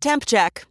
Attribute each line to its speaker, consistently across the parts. Speaker 1: Temp check.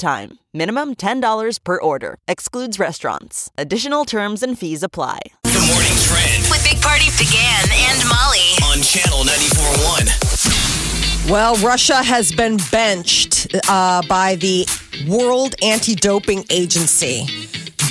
Speaker 1: time. Minimum $10 per order. Excludes restaurants. Additional terms and fees apply.
Speaker 2: The morning trend
Speaker 3: With Big Party began and Molly.
Speaker 2: on channel 941.
Speaker 4: Well, Russia has been benched uh, by the World Anti Doping Agency,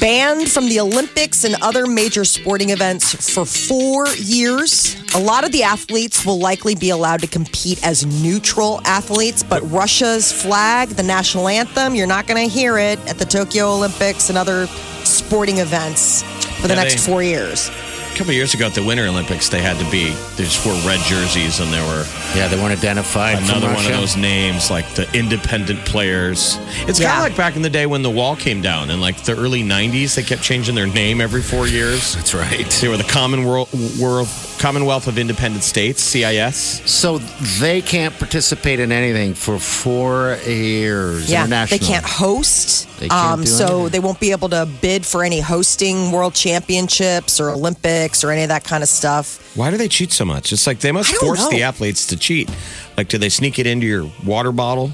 Speaker 4: banned from the Olympics and other major sporting events for four years. A lot of the athletes will likely be allowed to compete as neutral athletes, but Russia's flag, the national anthem, you're not going to hear it at the Tokyo Olympics and other sporting events for the
Speaker 5: Yeah,
Speaker 4: next
Speaker 5: they-
Speaker 4: four years.
Speaker 5: A couple of years ago at the Winter Olympics, they had to be. They just wore red jerseys, and there were
Speaker 6: Yeah, they weren't identified. from
Speaker 5: another one of
Speaker 6: Russia.
Speaker 5: those names, like the independent players. It's kind
Speaker 4: Yeah.
Speaker 5: of like back in the day when the wall came down in like the early '90s. They kept changing their name every four years.
Speaker 6: That's right.
Speaker 5: They were the Common World, World Commonwealth of Independent States (CIS).
Speaker 6: So they can't participate in anything for four years.
Speaker 4: Yeah, they
Speaker 6: International.
Speaker 4: can't host.
Speaker 6: They can't
Speaker 4: um,
Speaker 6: do
Speaker 4: so
Speaker 6: anything.
Speaker 4: they won't be able to bid for any hosting world championships or Olympics or any of that kind of stuff.
Speaker 5: Why do they cheat so much? It's like they must
Speaker 4: I don't
Speaker 5: force
Speaker 4: know.
Speaker 5: the athletes to cheat. Like, do they sneak it into your water bottle?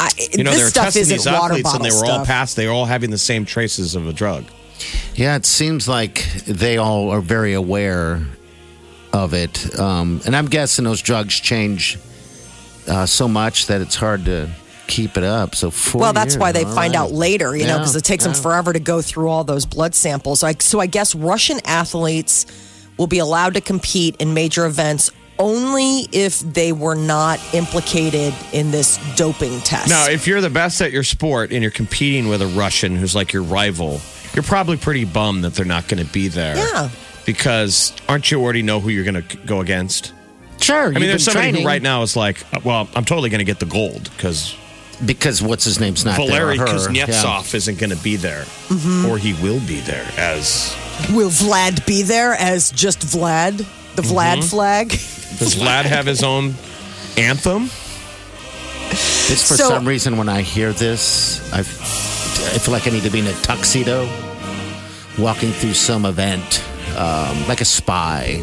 Speaker 4: I,
Speaker 5: You know, they
Speaker 4: this
Speaker 5: were
Speaker 4: stuff
Speaker 5: testing
Speaker 4: isn't
Speaker 5: these
Speaker 4: water
Speaker 5: athletes,
Speaker 4: bottle
Speaker 5: and they were
Speaker 4: stuff.
Speaker 5: all passed. They were all having the same traces of a drug.
Speaker 6: Yeah, it seems like they all are very aware of it, um, and I'm guessing those drugs change uh, so much that it's hard to keep it up. So four.
Speaker 4: well, that's why they
Speaker 6: years, all
Speaker 4: find out
Speaker 6: right.
Speaker 4: later, you know, 'cause know,
Speaker 6: Yeah,
Speaker 4: because it takes them
Speaker 6: yeah.
Speaker 4: forever to go through all those blood samples. So I, so I guess Russian athletes will be allowed to compete in major events only if they were not implicated in this doping test.
Speaker 5: Now, if you're the best at your sport and you're competing with a Russian who's like your rival, you're probably pretty bummed that they're not going to be there.
Speaker 4: Yeah.
Speaker 5: Because aren't you already know who you're going to go against?
Speaker 6: Sure,
Speaker 5: I mean, there's somebody who right now is like, uh, well, I'm totally going to get the gold because
Speaker 6: because what's his name's not
Speaker 5: Valery
Speaker 6: there. or her.
Speaker 5: Kuznetsov isn't going to be there,
Speaker 4: Mm-hmm.
Speaker 5: or he will be there as
Speaker 4: Will Vlad be there as just Vlad, the Vlad flag?
Speaker 5: does Vlad have his own anthem?
Speaker 6: Yeah. This for
Speaker 4: So-
Speaker 6: some reason when I hear this, I I feel like I need to be in a tuxedo, walking through some event, um, like a spy.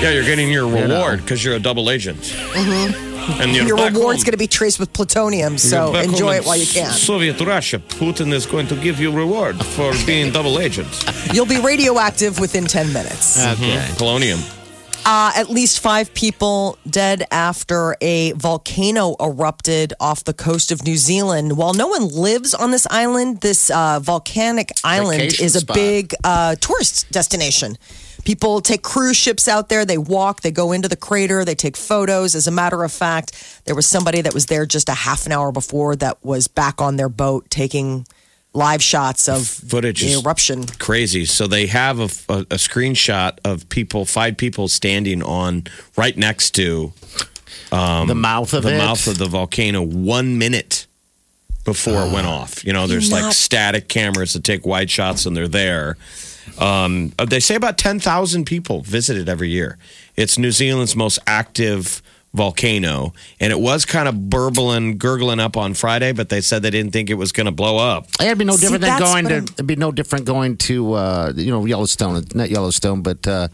Speaker 5: Yeah, you're getting your
Speaker 6: know.
Speaker 5: reward because you're a double agent, and you're
Speaker 4: Mm-hmm. Your
Speaker 5: back
Speaker 4: reward's
Speaker 5: home.
Speaker 4: going to be traced with plutonium, so
Speaker 5: You're back home
Speaker 4: enjoy
Speaker 5: in
Speaker 4: it while you can.
Speaker 5: Soviet Russia, Putin is going to give you reward for being double agent.
Speaker 4: You'll be radioactive within 10 minutes.
Speaker 6: Okay.
Speaker 5: Mm-hmm. Polonium.
Speaker 4: Uh, at least five people dead after a volcano erupted off the coast of New Zealand. While no one lives on this island, this uh, volcanic island
Speaker 6: Vacation
Speaker 4: is a
Speaker 6: spot.
Speaker 4: big uh, tourist destination. People take cruise ships out there, they walk, they go into the crater, they take photos. As a matter of fact, there was somebody that was there just a half an hour before that was back on their boat taking live shots of
Speaker 5: Footage
Speaker 4: the
Speaker 5: is-
Speaker 4: eruption.
Speaker 5: crazy. So they have a, a, a screenshot of people, five people standing on right next to
Speaker 6: the mouth
Speaker 5: Um,
Speaker 6: of
Speaker 5: the
Speaker 6: it.
Speaker 5: mouth of the volcano one minute before it went
Speaker 6: Ah.
Speaker 5: off. You know, there's like
Speaker 4: not-
Speaker 5: static cameras that take wide shots and they're there. Um, they say about 10,000 people visit it every year. It's New Zealand's most active volcano. And it was kind of burbling, gurgling up on Friday, but they said they didn't think it was going to blow up.
Speaker 6: It'd be no
Speaker 4: See,
Speaker 6: different than
Speaker 4: that's
Speaker 6: going
Speaker 4: what
Speaker 6: to.
Speaker 4: I'm-
Speaker 6: It'd be no different going to uh, you know Yellowstone, not Yellowstone, but uh,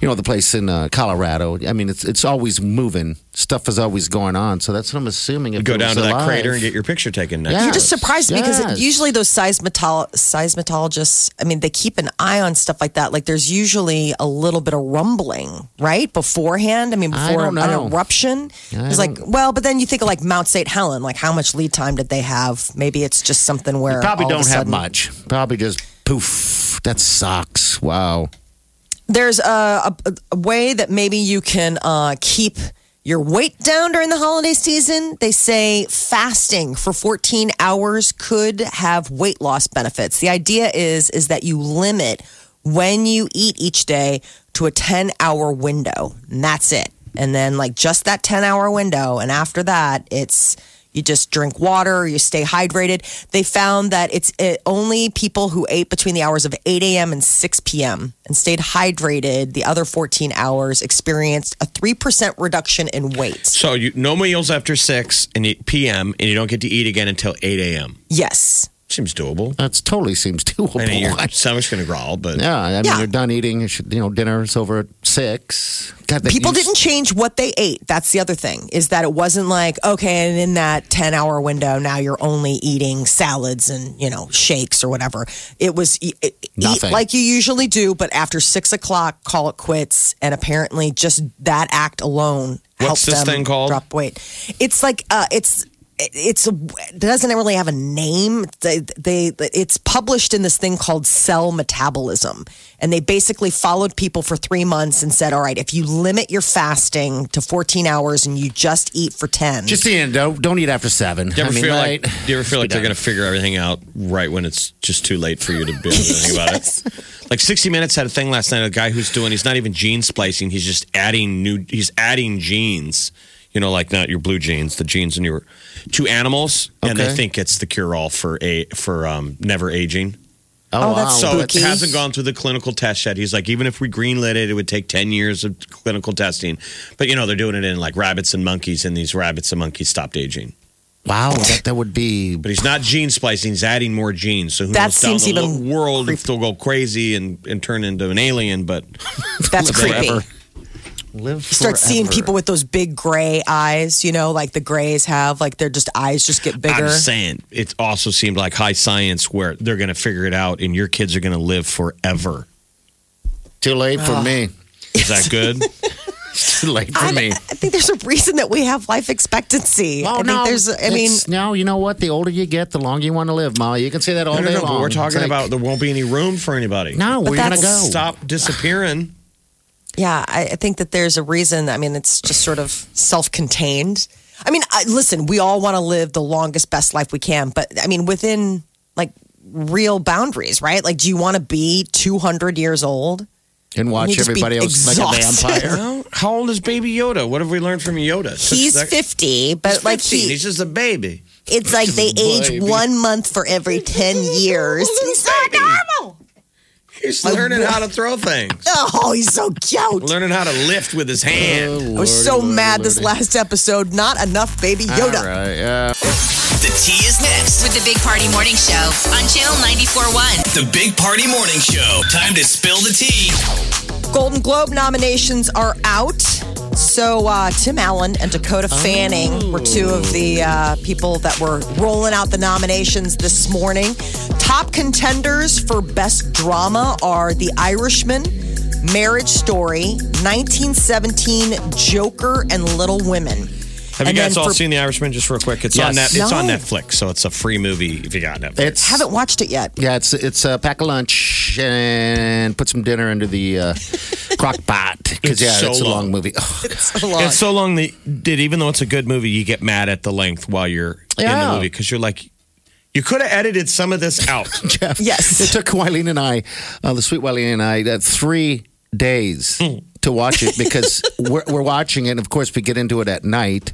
Speaker 6: you know the place in uh, Colorado. I mean, it's it's always moving. Stuff is always going on. So that's what I'm assuming. If
Speaker 5: Go
Speaker 6: it
Speaker 5: down
Speaker 6: was
Speaker 5: to that
Speaker 6: alive-
Speaker 5: crater and get your picture taken next.
Speaker 6: Yeah.
Speaker 4: You just surprised me because
Speaker 6: Yes.
Speaker 4: usually those seismotol- seismatologists, I mean, they keep an eye on stuff like that. Like there's usually a little bit of rumbling, right? Beforehand. I mean,
Speaker 6: I
Speaker 4: before
Speaker 6: don't know.
Speaker 4: an eruption.
Speaker 6: I
Speaker 4: it's like, well, but then you think of like Mount St. Helen, like how much lead time did they have? Maybe it's just something where.
Speaker 6: Probably
Speaker 4: all of
Speaker 6: don't
Speaker 4: a
Speaker 6: have
Speaker 4: sudden-
Speaker 6: much. Probably just poof. That sucks. Wow.
Speaker 4: There's a, a, a way that maybe you can uh, keep your weight down during the holiday season. They say fasting for 14 hours could have weight loss benefits. The idea is is that you limit when you eat each day to a 10 hour window, and that's it. and then like just that 10 hour window and after that it's you just drink water you stay hydrated they found that it's uh only people who ate between the hours of 8 a.m and 6 p.m and stayed hydrated the other 14 hours experienced a 3% reduction in weight
Speaker 5: So you no meals after six and you, p.m. and you don't get to eat again until eight a.m.
Speaker 4: yes
Speaker 5: Seems doable.
Speaker 6: That's totally seems doable.
Speaker 5: I mean, your stomach's gonna growl, but
Speaker 6: yeah, I mean,
Speaker 4: Yeah.
Speaker 6: you're done eating. You should, you know, dinner's over at six. God, that
Speaker 4: people
Speaker 6: used-
Speaker 4: didn't change what they ate that's the other thing is that it wasn't like okay and in that 10 hour window now you're only eating salads and you know shakes or whatever it was e- e- eat
Speaker 6: Nothing.
Speaker 4: like you usually do but after six o'clock call it quits and apparently just that act alone helped
Speaker 5: What's this
Speaker 4: them
Speaker 5: thing called?
Speaker 4: drop weight it's like uh it's it's a, it doesn't really have a name. They, they it's published in this thing called cell metabolism, and they basically followed people for three months and said, "All right, if you limit your fasting to 14 hours and you just eat for 10,
Speaker 6: Just eating. Don't, don't eat after seven.
Speaker 5: do you ever
Speaker 6: I mean,
Speaker 5: feel like
Speaker 6: right?
Speaker 5: do you ever feel like
Speaker 6: Just be
Speaker 5: they're gonna
Speaker 6: done.
Speaker 5: figure everything out right when it's just too late for you to be able to do anything about it? Like 60 Minutes had a thing last night. A guy who's doing he's not even gene splicing. He's just adding new. He's adding genes. You know, like not your blue genes, the genes in your to animals, and they
Speaker 6: Okay.
Speaker 5: think it's the cure all for a for um, never aging.
Speaker 4: Oh, that's
Speaker 6: wow.
Speaker 5: So it
Speaker 4: Spooky.
Speaker 5: hasn't gone through the clinical test yet. He's like, even if we greenlit it, it would take 10 years of clinical testing. But, you know, they're doing it in like rabbits and monkeys, and these rabbits and monkeys stopped aging.
Speaker 6: Wow, that, that would be.
Speaker 5: But he's not gene splicing, he's adding more genes. So who
Speaker 4: That
Speaker 5: knows down
Speaker 4: seems
Speaker 5: the lo-
Speaker 4: even
Speaker 5: world if they'll go crazy and, and turn into an alien. But
Speaker 4: that's
Speaker 5: live
Speaker 4: creepy."
Speaker 5: forever.
Speaker 6: Live
Speaker 4: You start seeing
Speaker 6: forever.
Speaker 4: people with those big gray eyes, you know, like the grays have, like their just eyes just get
Speaker 5: I'm
Speaker 4: bigger.
Speaker 5: just saying, it also seemed like high science where they're going to figure it out and your kids are going to live forever.
Speaker 6: Too late for me.
Speaker 5: Is that good?
Speaker 6: Too late for
Speaker 4: I,
Speaker 6: me.
Speaker 4: I think there's a reason that we have life expectancy. I
Speaker 6: Oh
Speaker 4: think
Speaker 6: no!
Speaker 4: there's, I mean,
Speaker 6: It's- no, you know what? The older you get, the longer you want to live, Molly. You can say that all
Speaker 5: no, no,
Speaker 6: day
Speaker 5: no.
Speaker 6: long.
Speaker 5: But we're
Speaker 6: It's
Speaker 5: talking
Speaker 6: like,
Speaker 5: about there won't be any room for anybody.
Speaker 6: no. We're gonna
Speaker 4: that's-
Speaker 6: go.
Speaker 5: Stop disappearing.
Speaker 4: Yeah, I, I think that there's a reason. I mean, it's just sort of self contained. I mean, I, listen, we all want to live the longest, best life we can, but I mean, within like real boundaries, right? Like, do you want to be 200 years old?
Speaker 6: and watch
Speaker 4: just be
Speaker 6: everybody else like a
Speaker 4: exhausted.
Speaker 6: vampire.
Speaker 5: Well, how old is Baby Yoda? What have we learned from Yoda? Since
Speaker 4: He's
Speaker 5: that-
Speaker 4: 50, but
Speaker 5: He's
Speaker 4: like
Speaker 5: 15.
Speaker 4: he,
Speaker 5: he's just a baby.
Speaker 4: it's like they age one month for every 10 years. He's so normal.
Speaker 5: He's learning how to throw things,
Speaker 4: Oh, he's so cute.
Speaker 5: learning how to lift with his hand.
Speaker 4: I was so mad this last episode. Not enough baby Yoda.
Speaker 6: All right, yeah.
Speaker 2: The tea is next.
Speaker 3: with the Big Party Morning Show on Channel 94.1.
Speaker 2: The Big Party Morning Show. Time to spill the tea.
Speaker 4: Golden Globe nominations are out. So uh, Tim Allen and Dakota
Speaker 5: Oh.
Speaker 4: Fanning were two of the uh, people that were rolling out the nominations this morning. Top contenders for best drama are The Irishman, Marriage Story, 1917, Joker, and Little Women.
Speaker 5: Have
Speaker 4: And
Speaker 5: you guys
Speaker 4: then
Speaker 5: all
Speaker 4: for-
Speaker 5: seen The Irishman? Just real quick, it's on net,
Speaker 6: Yes.
Speaker 5: it's on
Speaker 4: No.
Speaker 5: Netflix, so it's a free movie if you got Netflix.
Speaker 6: It's
Speaker 4: Haven't watched it yet.
Speaker 6: yeah. It's it's a pack of lunch and put some dinner into the uh, crock pot
Speaker 5: It's
Speaker 6: because yeah,
Speaker 5: so
Speaker 6: it's a long,
Speaker 5: long.
Speaker 6: movie. Oh,
Speaker 4: So long.
Speaker 5: It's so long that, that even though it's a good movie, you get mad at the length while you're in
Speaker 6: Yeah.
Speaker 5: the movie because you're like, you could have edited some of this out.
Speaker 6: Jeff.
Speaker 4: Yes.
Speaker 6: It took Wileen and I, uh, the sweet Wileen and I, uh, three days
Speaker 5: Hmm.
Speaker 6: to watch it because we're, we're watching it. And of course, we get into it at night.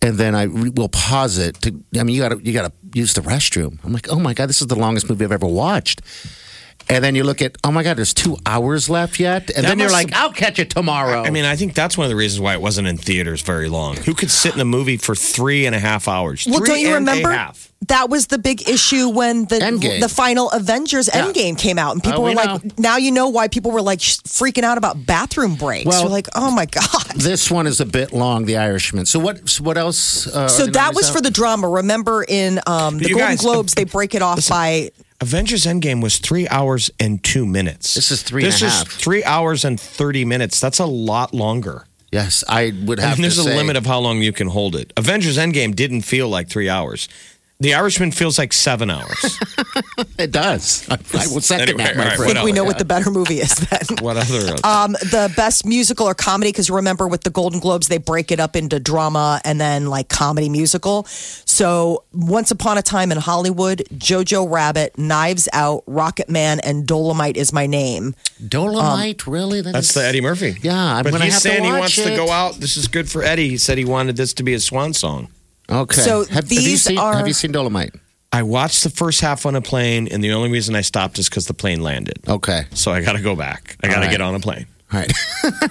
Speaker 6: And then I re- will pause it. To, I mean, you gotta you gotta use the restroom. I'm like, oh my god, this is the longest movie I've ever watched. And then you look at, oh my god, there's two hours left yet. And
Speaker 5: That
Speaker 6: then you're
Speaker 5: must-
Speaker 6: like, I'll catch it tomorrow.
Speaker 5: I mean, I think that's one of the reasons why it wasn't in theaters very long. Who could sit in a movie for three and a half hours?
Speaker 4: Well, do
Speaker 5: Three
Speaker 4: don't you
Speaker 5: and a
Speaker 4: remember?
Speaker 5: half.
Speaker 4: That was the big issue when the
Speaker 6: Endgame.
Speaker 4: the final Avengers
Speaker 6: Yeah.
Speaker 4: Endgame came out, and people
Speaker 6: Oh,
Speaker 4: were
Speaker 6: we
Speaker 4: like, "Now you know why people were like sh- freaking out about bathroom breaks."
Speaker 6: Well-
Speaker 4: You're like, "Oh my god!"
Speaker 6: this one is a bit long, The Irishman. So what? So what else? Uh,
Speaker 4: So that was for the drama. Remember in um, the
Speaker 5: You
Speaker 4: Golden
Speaker 5: guys-
Speaker 4: Globes, they break it off by
Speaker 5: Avengers Endgame was three hours and two minutes.
Speaker 6: This is three
Speaker 5: This
Speaker 6: and a
Speaker 5: is
Speaker 6: half.
Speaker 5: three hours and thirty minutes. That's a lot longer.
Speaker 6: yes, I would
Speaker 5: I
Speaker 6: have.
Speaker 5: mean, there's
Speaker 6: to
Speaker 5: a
Speaker 6: say-
Speaker 5: limit of how long you can hold it. Avengers Endgame didn't feel like three hours. The Irishman feels like seven hours.
Speaker 6: It does. I, I will second
Speaker 5: Anyway,
Speaker 6: that, my
Speaker 5: all right,
Speaker 6: friend.
Speaker 5: what
Speaker 4: we know
Speaker 5: else?
Speaker 4: what the better movie is then.
Speaker 5: What other?
Speaker 6: uh,
Speaker 4: Um, the best musical or comedy, because remember with the Golden Globes, they break it up into drama and then like comedy musical. So, Once Upon a Time in Hollywood, Jojo Rabbit, Knives Out, Rocket Man, and Dolomite is my name.
Speaker 6: Dolomite,
Speaker 4: Um,
Speaker 6: really? That
Speaker 5: That's
Speaker 6: is-
Speaker 5: the Eddie Murphy.
Speaker 6: Yeah, I'm
Speaker 5: but
Speaker 6: gonna
Speaker 5: he's
Speaker 6: have to
Speaker 5: saying he
Speaker 6: watch
Speaker 5: wants to
Speaker 6: it.
Speaker 5: go out. This is good for Eddie. He said he wanted this to be his swan song.
Speaker 6: Okay.
Speaker 4: So
Speaker 6: have, have you
Speaker 4: these
Speaker 6: seen,
Speaker 4: are-
Speaker 6: Have you seen Dolomite?
Speaker 5: I watched the first half on a plane, and the only reason I stopped is because the plane landed.
Speaker 6: Okay.
Speaker 5: So I got to go back. I got to
Speaker 6: right.
Speaker 5: get on a plane.
Speaker 6: All right.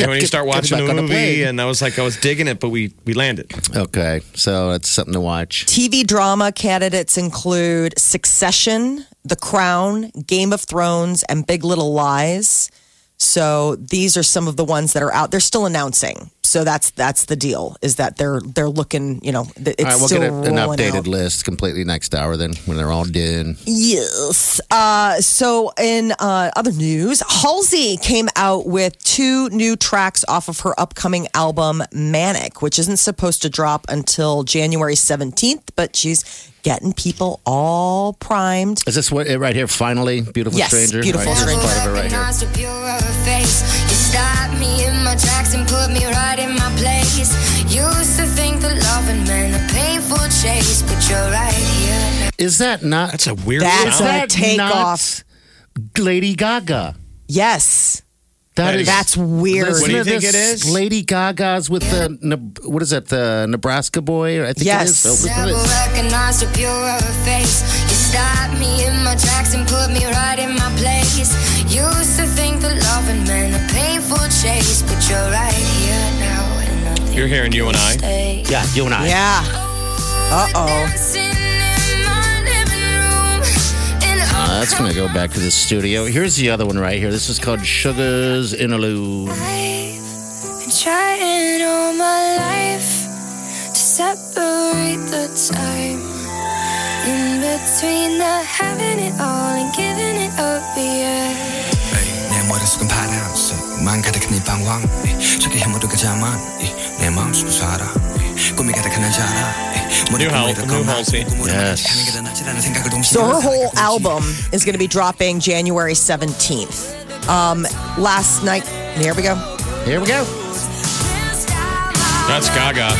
Speaker 5: And when you
Speaker 6: Get-
Speaker 5: start
Speaker 6: get
Speaker 5: watching
Speaker 6: back
Speaker 5: the
Speaker 6: on the
Speaker 5: movie,
Speaker 6: plane.
Speaker 5: and I was like, I was digging it, but we we landed.
Speaker 6: okay. So that's something to watch.
Speaker 4: TV drama candidates include Succession, The Crown, Game of Thrones, and Big Little Lies. So these are some of the ones that are out. They're still announcing. So that's that's the deal is that they're they're looking, you know, th- it's
Speaker 6: all right, we'll
Speaker 4: still
Speaker 6: get a- an
Speaker 4: rolling
Speaker 6: updated
Speaker 4: out.
Speaker 6: list completely next hour then when they're all done.
Speaker 4: Yes. Uh, so, in uh, other news, Halsey came out with two new tracks off of her upcoming album, Manic, which isn't supposed to drop until January 17th, but she's getting people all primed.
Speaker 6: Is this what it right here? Finally, beautiful
Speaker 4: Yes,
Speaker 6: stranger.
Speaker 4: Beautiful
Speaker 6: All right, here's
Speaker 4: Stranger.
Speaker 6: part of it right here.
Speaker 7: Recognized a purer face. You stopped me in my tracks and put me right in my place. Used to think that loving meant a painful chase, but you're right here.
Speaker 6: Is that not?
Speaker 5: That's a weird
Speaker 4: That's
Speaker 6: is
Speaker 5: sound.
Speaker 4: a
Speaker 6: that
Speaker 4: takeoff.
Speaker 6: not Lady Gaga.
Speaker 4: Yes.
Speaker 6: That is.
Speaker 4: That's weird.
Speaker 6: Listen
Speaker 5: What do you
Speaker 6: to
Speaker 5: think it
Speaker 6: this.
Speaker 5: is?
Speaker 6: Lady Gaga's with the Ne- what is that? The Nebraska boy? I think
Speaker 4: Yes.
Speaker 6: it is. What
Speaker 7: Never
Speaker 6: is it?
Speaker 7: recognized a purer face. You stopped me in my tracks and put me right in my place. Used to think that loving meant a painful chase, but you're right here now. and nothing
Speaker 5: You're hearing you and I.
Speaker 7: stays.
Speaker 6: Yeah, you and I.
Speaker 4: Yeah.
Speaker 7: Uh
Speaker 6: Uh,
Speaker 7: oh.
Speaker 6: that's going to go back to the studio. Here's the other one right here. This is called Sugar's Interlude.
Speaker 7: I've been trying all my life to separate the time in between the having it all and giving it up. Yeah.
Speaker 8: 에이, 내 머릿속은 파란 망가득한 이 방황 에이, 저기 해모두가 자만 에이, 내 마음속은 살아 에이, 꿈이 가득한 난 자라 에이, 머리
Speaker 5: New house,
Speaker 8: 꿈에다
Speaker 5: new
Speaker 8: 겁나,
Speaker 5: house, eh?
Speaker 8: 꿈으로
Speaker 6: Yes.
Speaker 8: 하는 게더 낫지라는 생각을 동시에
Speaker 4: So her
Speaker 8: 하면서
Speaker 4: whole
Speaker 8: 살아가고 있지.
Speaker 4: album is going to be dropping January 17th. Um, last night, here we go.
Speaker 6: Here we go.
Speaker 5: That's Gaga.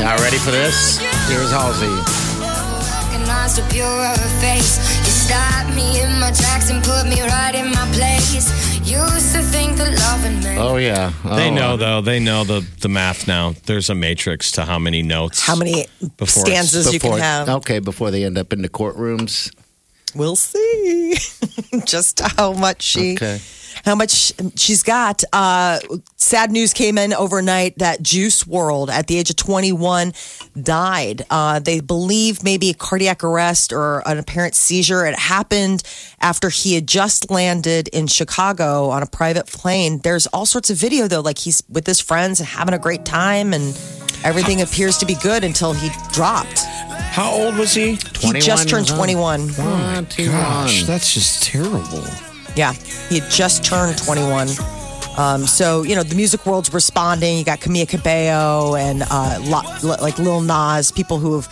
Speaker 6: Now ready for this? Here's Halsey.
Speaker 7: Recognized a purer face. You stopped me in my tracks and put me right in my place. Used to think that loving meant
Speaker 6: Oh yeah, oh,
Speaker 5: They know though. They know the the math now. There's a matrix to how many notes.
Speaker 4: How many
Speaker 5: Before-
Speaker 4: stanzas you
Speaker 6: before-
Speaker 4: can have.
Speaker 6: Okay, before they end up in the courtrooms.
Speaker 4: We'll see just how much she
Speaker 6: Okay.
Speaker 4: how much she's got. Uh, sad news came in overnight that Juice World at the age of 21 died. Uh, they believe maybe a cardiac arrest or an apparent seizure. It happened after he had just landed in Chicago on a private plane. There's all sorts of video though, like he's with his friends and having a great time and. Everything appears to be good until he dropped.
Speaker 5: How old was he?
Speaker 4: He just turned 21.
Speaker 5: Gosh,
Speaker 6: 21.
Speaker 5: that's just terrible.
Speaker 4: Yeah, he had just turned 21. Um, so you know the music world's responding. You got Camila Cabello and uh, lo- li- like Lil Nas, people who have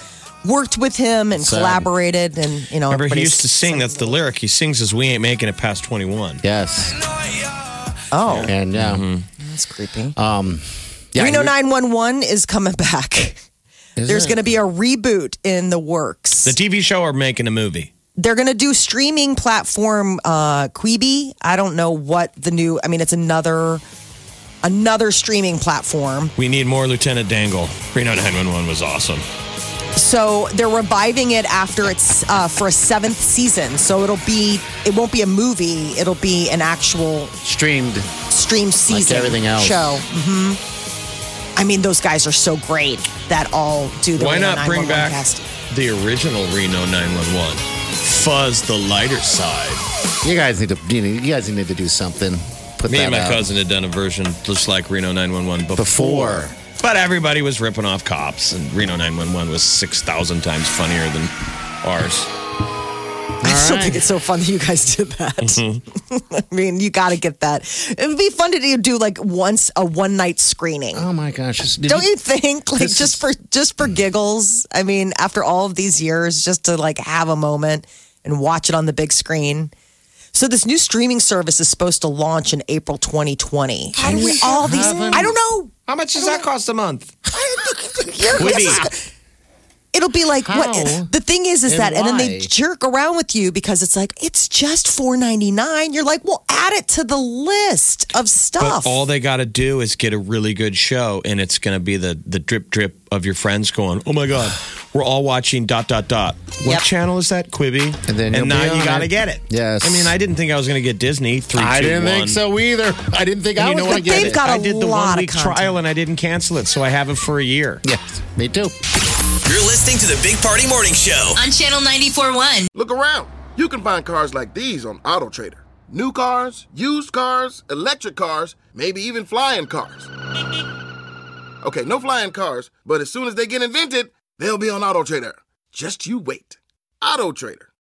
Speaker 4: worked with him and
Speaker 6: Sad.
Speaker 4: collaborated, and you know.
Speaker 5: Remember, he
Speaker 4: everybody's-
Speaker 5: used to sing. That's the lyric he sings is "We ain't making it past 21."
Speaker 6: Yes,
Speaker 4: Oh,
Speaker 6: and yeah,
Speaker 5: Mm-hmm.
Speaker 4: that's creepy.
Speaker 6: um, yeah.
Speaker 4: Reno 911 is coming back. There's going to be a reboot in the works.
Speaker 5: The TV show are making a movie.
Speaker 4: they're going to do streaming platform uh Quibi. I don't know what the new. I mean, it's another another streaming platform.
Speaker 5: We need more Lieutenant Dangle. Reno 911 was awesome.
Speaker 4: So they're reviving it after it's uh, for a seventh season. So it'll be it won't be a movie. It'll be an actual
Speaker 6: streamed.
Speaker 4: stream season
Speaker 6: everything else.
Speaker 4: show. hmm I mean, those guys are so great that all do the
Speaker 5: Why
Speaker 4: Reno
Speaker 5: not
Speaker 4: 911
Speaker 5: bring back
Speaker 4: cast.
Speaker 5: the original Reno 911? Fuzz the lighter side.
Speaker 6: You guys need to. You, need, you guys need to do something. Put
Speaker 5: Me
Speaker 6: that
Speaker 5: and my
Speaker 6: out.
Speaker 5: cousin had done a version just like Reno 911 before.
Speaker 6: Before.
Speaker 5: But everybody was ripping off cops, and Reno 911 was 6,000 times funnier than ours.
Speaker 4: I still
Speaker 6: right.
Speaker 4: think it's so fun that you guys did that.
Speaker 6: Mm-hmm.
Speaker 4: I mean, you got to get that. It would be fun to do like once a one night screening.
Speaker 6: Oh my gosh! Did
Speaker 4: Don't you think? Like
Speaker 6: This
Speaker 4: just
Speaker 6: is-
Speaker 4: for just for giggles. I mean, after all of these years, just to like have a moment and watch it on the big screen. So this new streaming service is supposed to launch in April 2020. How do we all these? I don't know.
Speaker 5: How much does that cost a month?
Speaker 4: Your
Speaker 5: Whitney.
Speaker 4: guess is- It'll be like
Speaker 6: How?
Speaker 4: what the thing is is
Speaker 6: And
Speaker 4: that and then they
Speaker 6: why?
Speaker 4: jerk around with you because it's like it's just 4.99. You're like, "Well, add it to the list of stuff."
Speaker 5: But all they got to do is get a really good show, and it's going to be the the drip drip of your friends going, "Oh my god, we're all watching dot dot dot." What
Speaker 4: Yep.
Speaker 5: channel is that? Quibi.
Speaker 6: And then you'll
Speaker 5: now
Speaker 6: be
Speaker 5: you
Speaker 6: on
Speaker 5: got to
Speaker 6: it.
Speaker 5: get it.
Speaker 6: Yes.
Speaker 5: I mean, I didn't think I was going to get Disney. Three.
Speaker 6: I
Speaker 5: two,
Speaker 6: didn't
Speaker 5: one.
Speaker 6: think so either. I didn't think I
Speaker 5: You
Speaker 6: was
Speaker 5: know
Speaker 6: going
Speaker 5: what?
Speaker 6: to get
Speaker 4: They've
Speaker 6: it.
Speaker 4: got a
Speaker 5: I did the
Speaker 4: lot
Speaker 5: one
Speaker 4: of
Speaker 5: week
Speaker 4: content.
Speaker 5: trial and I didn't cancel it, so I have it for a year.
Speaker 6: Yes, me too.
Speaker 2: You're listening to the Big Party Morning Show.
Speaker 3: On Channel 94.1.
Speaker 9: Look around. You can find cars like these on AutoTrader. New cars, used cars, electric cars, maybe even flying cars. Okay, no flying cars, but as soon as they get invented, they'll be on AutoTrader. Just you wait. AutoTrader.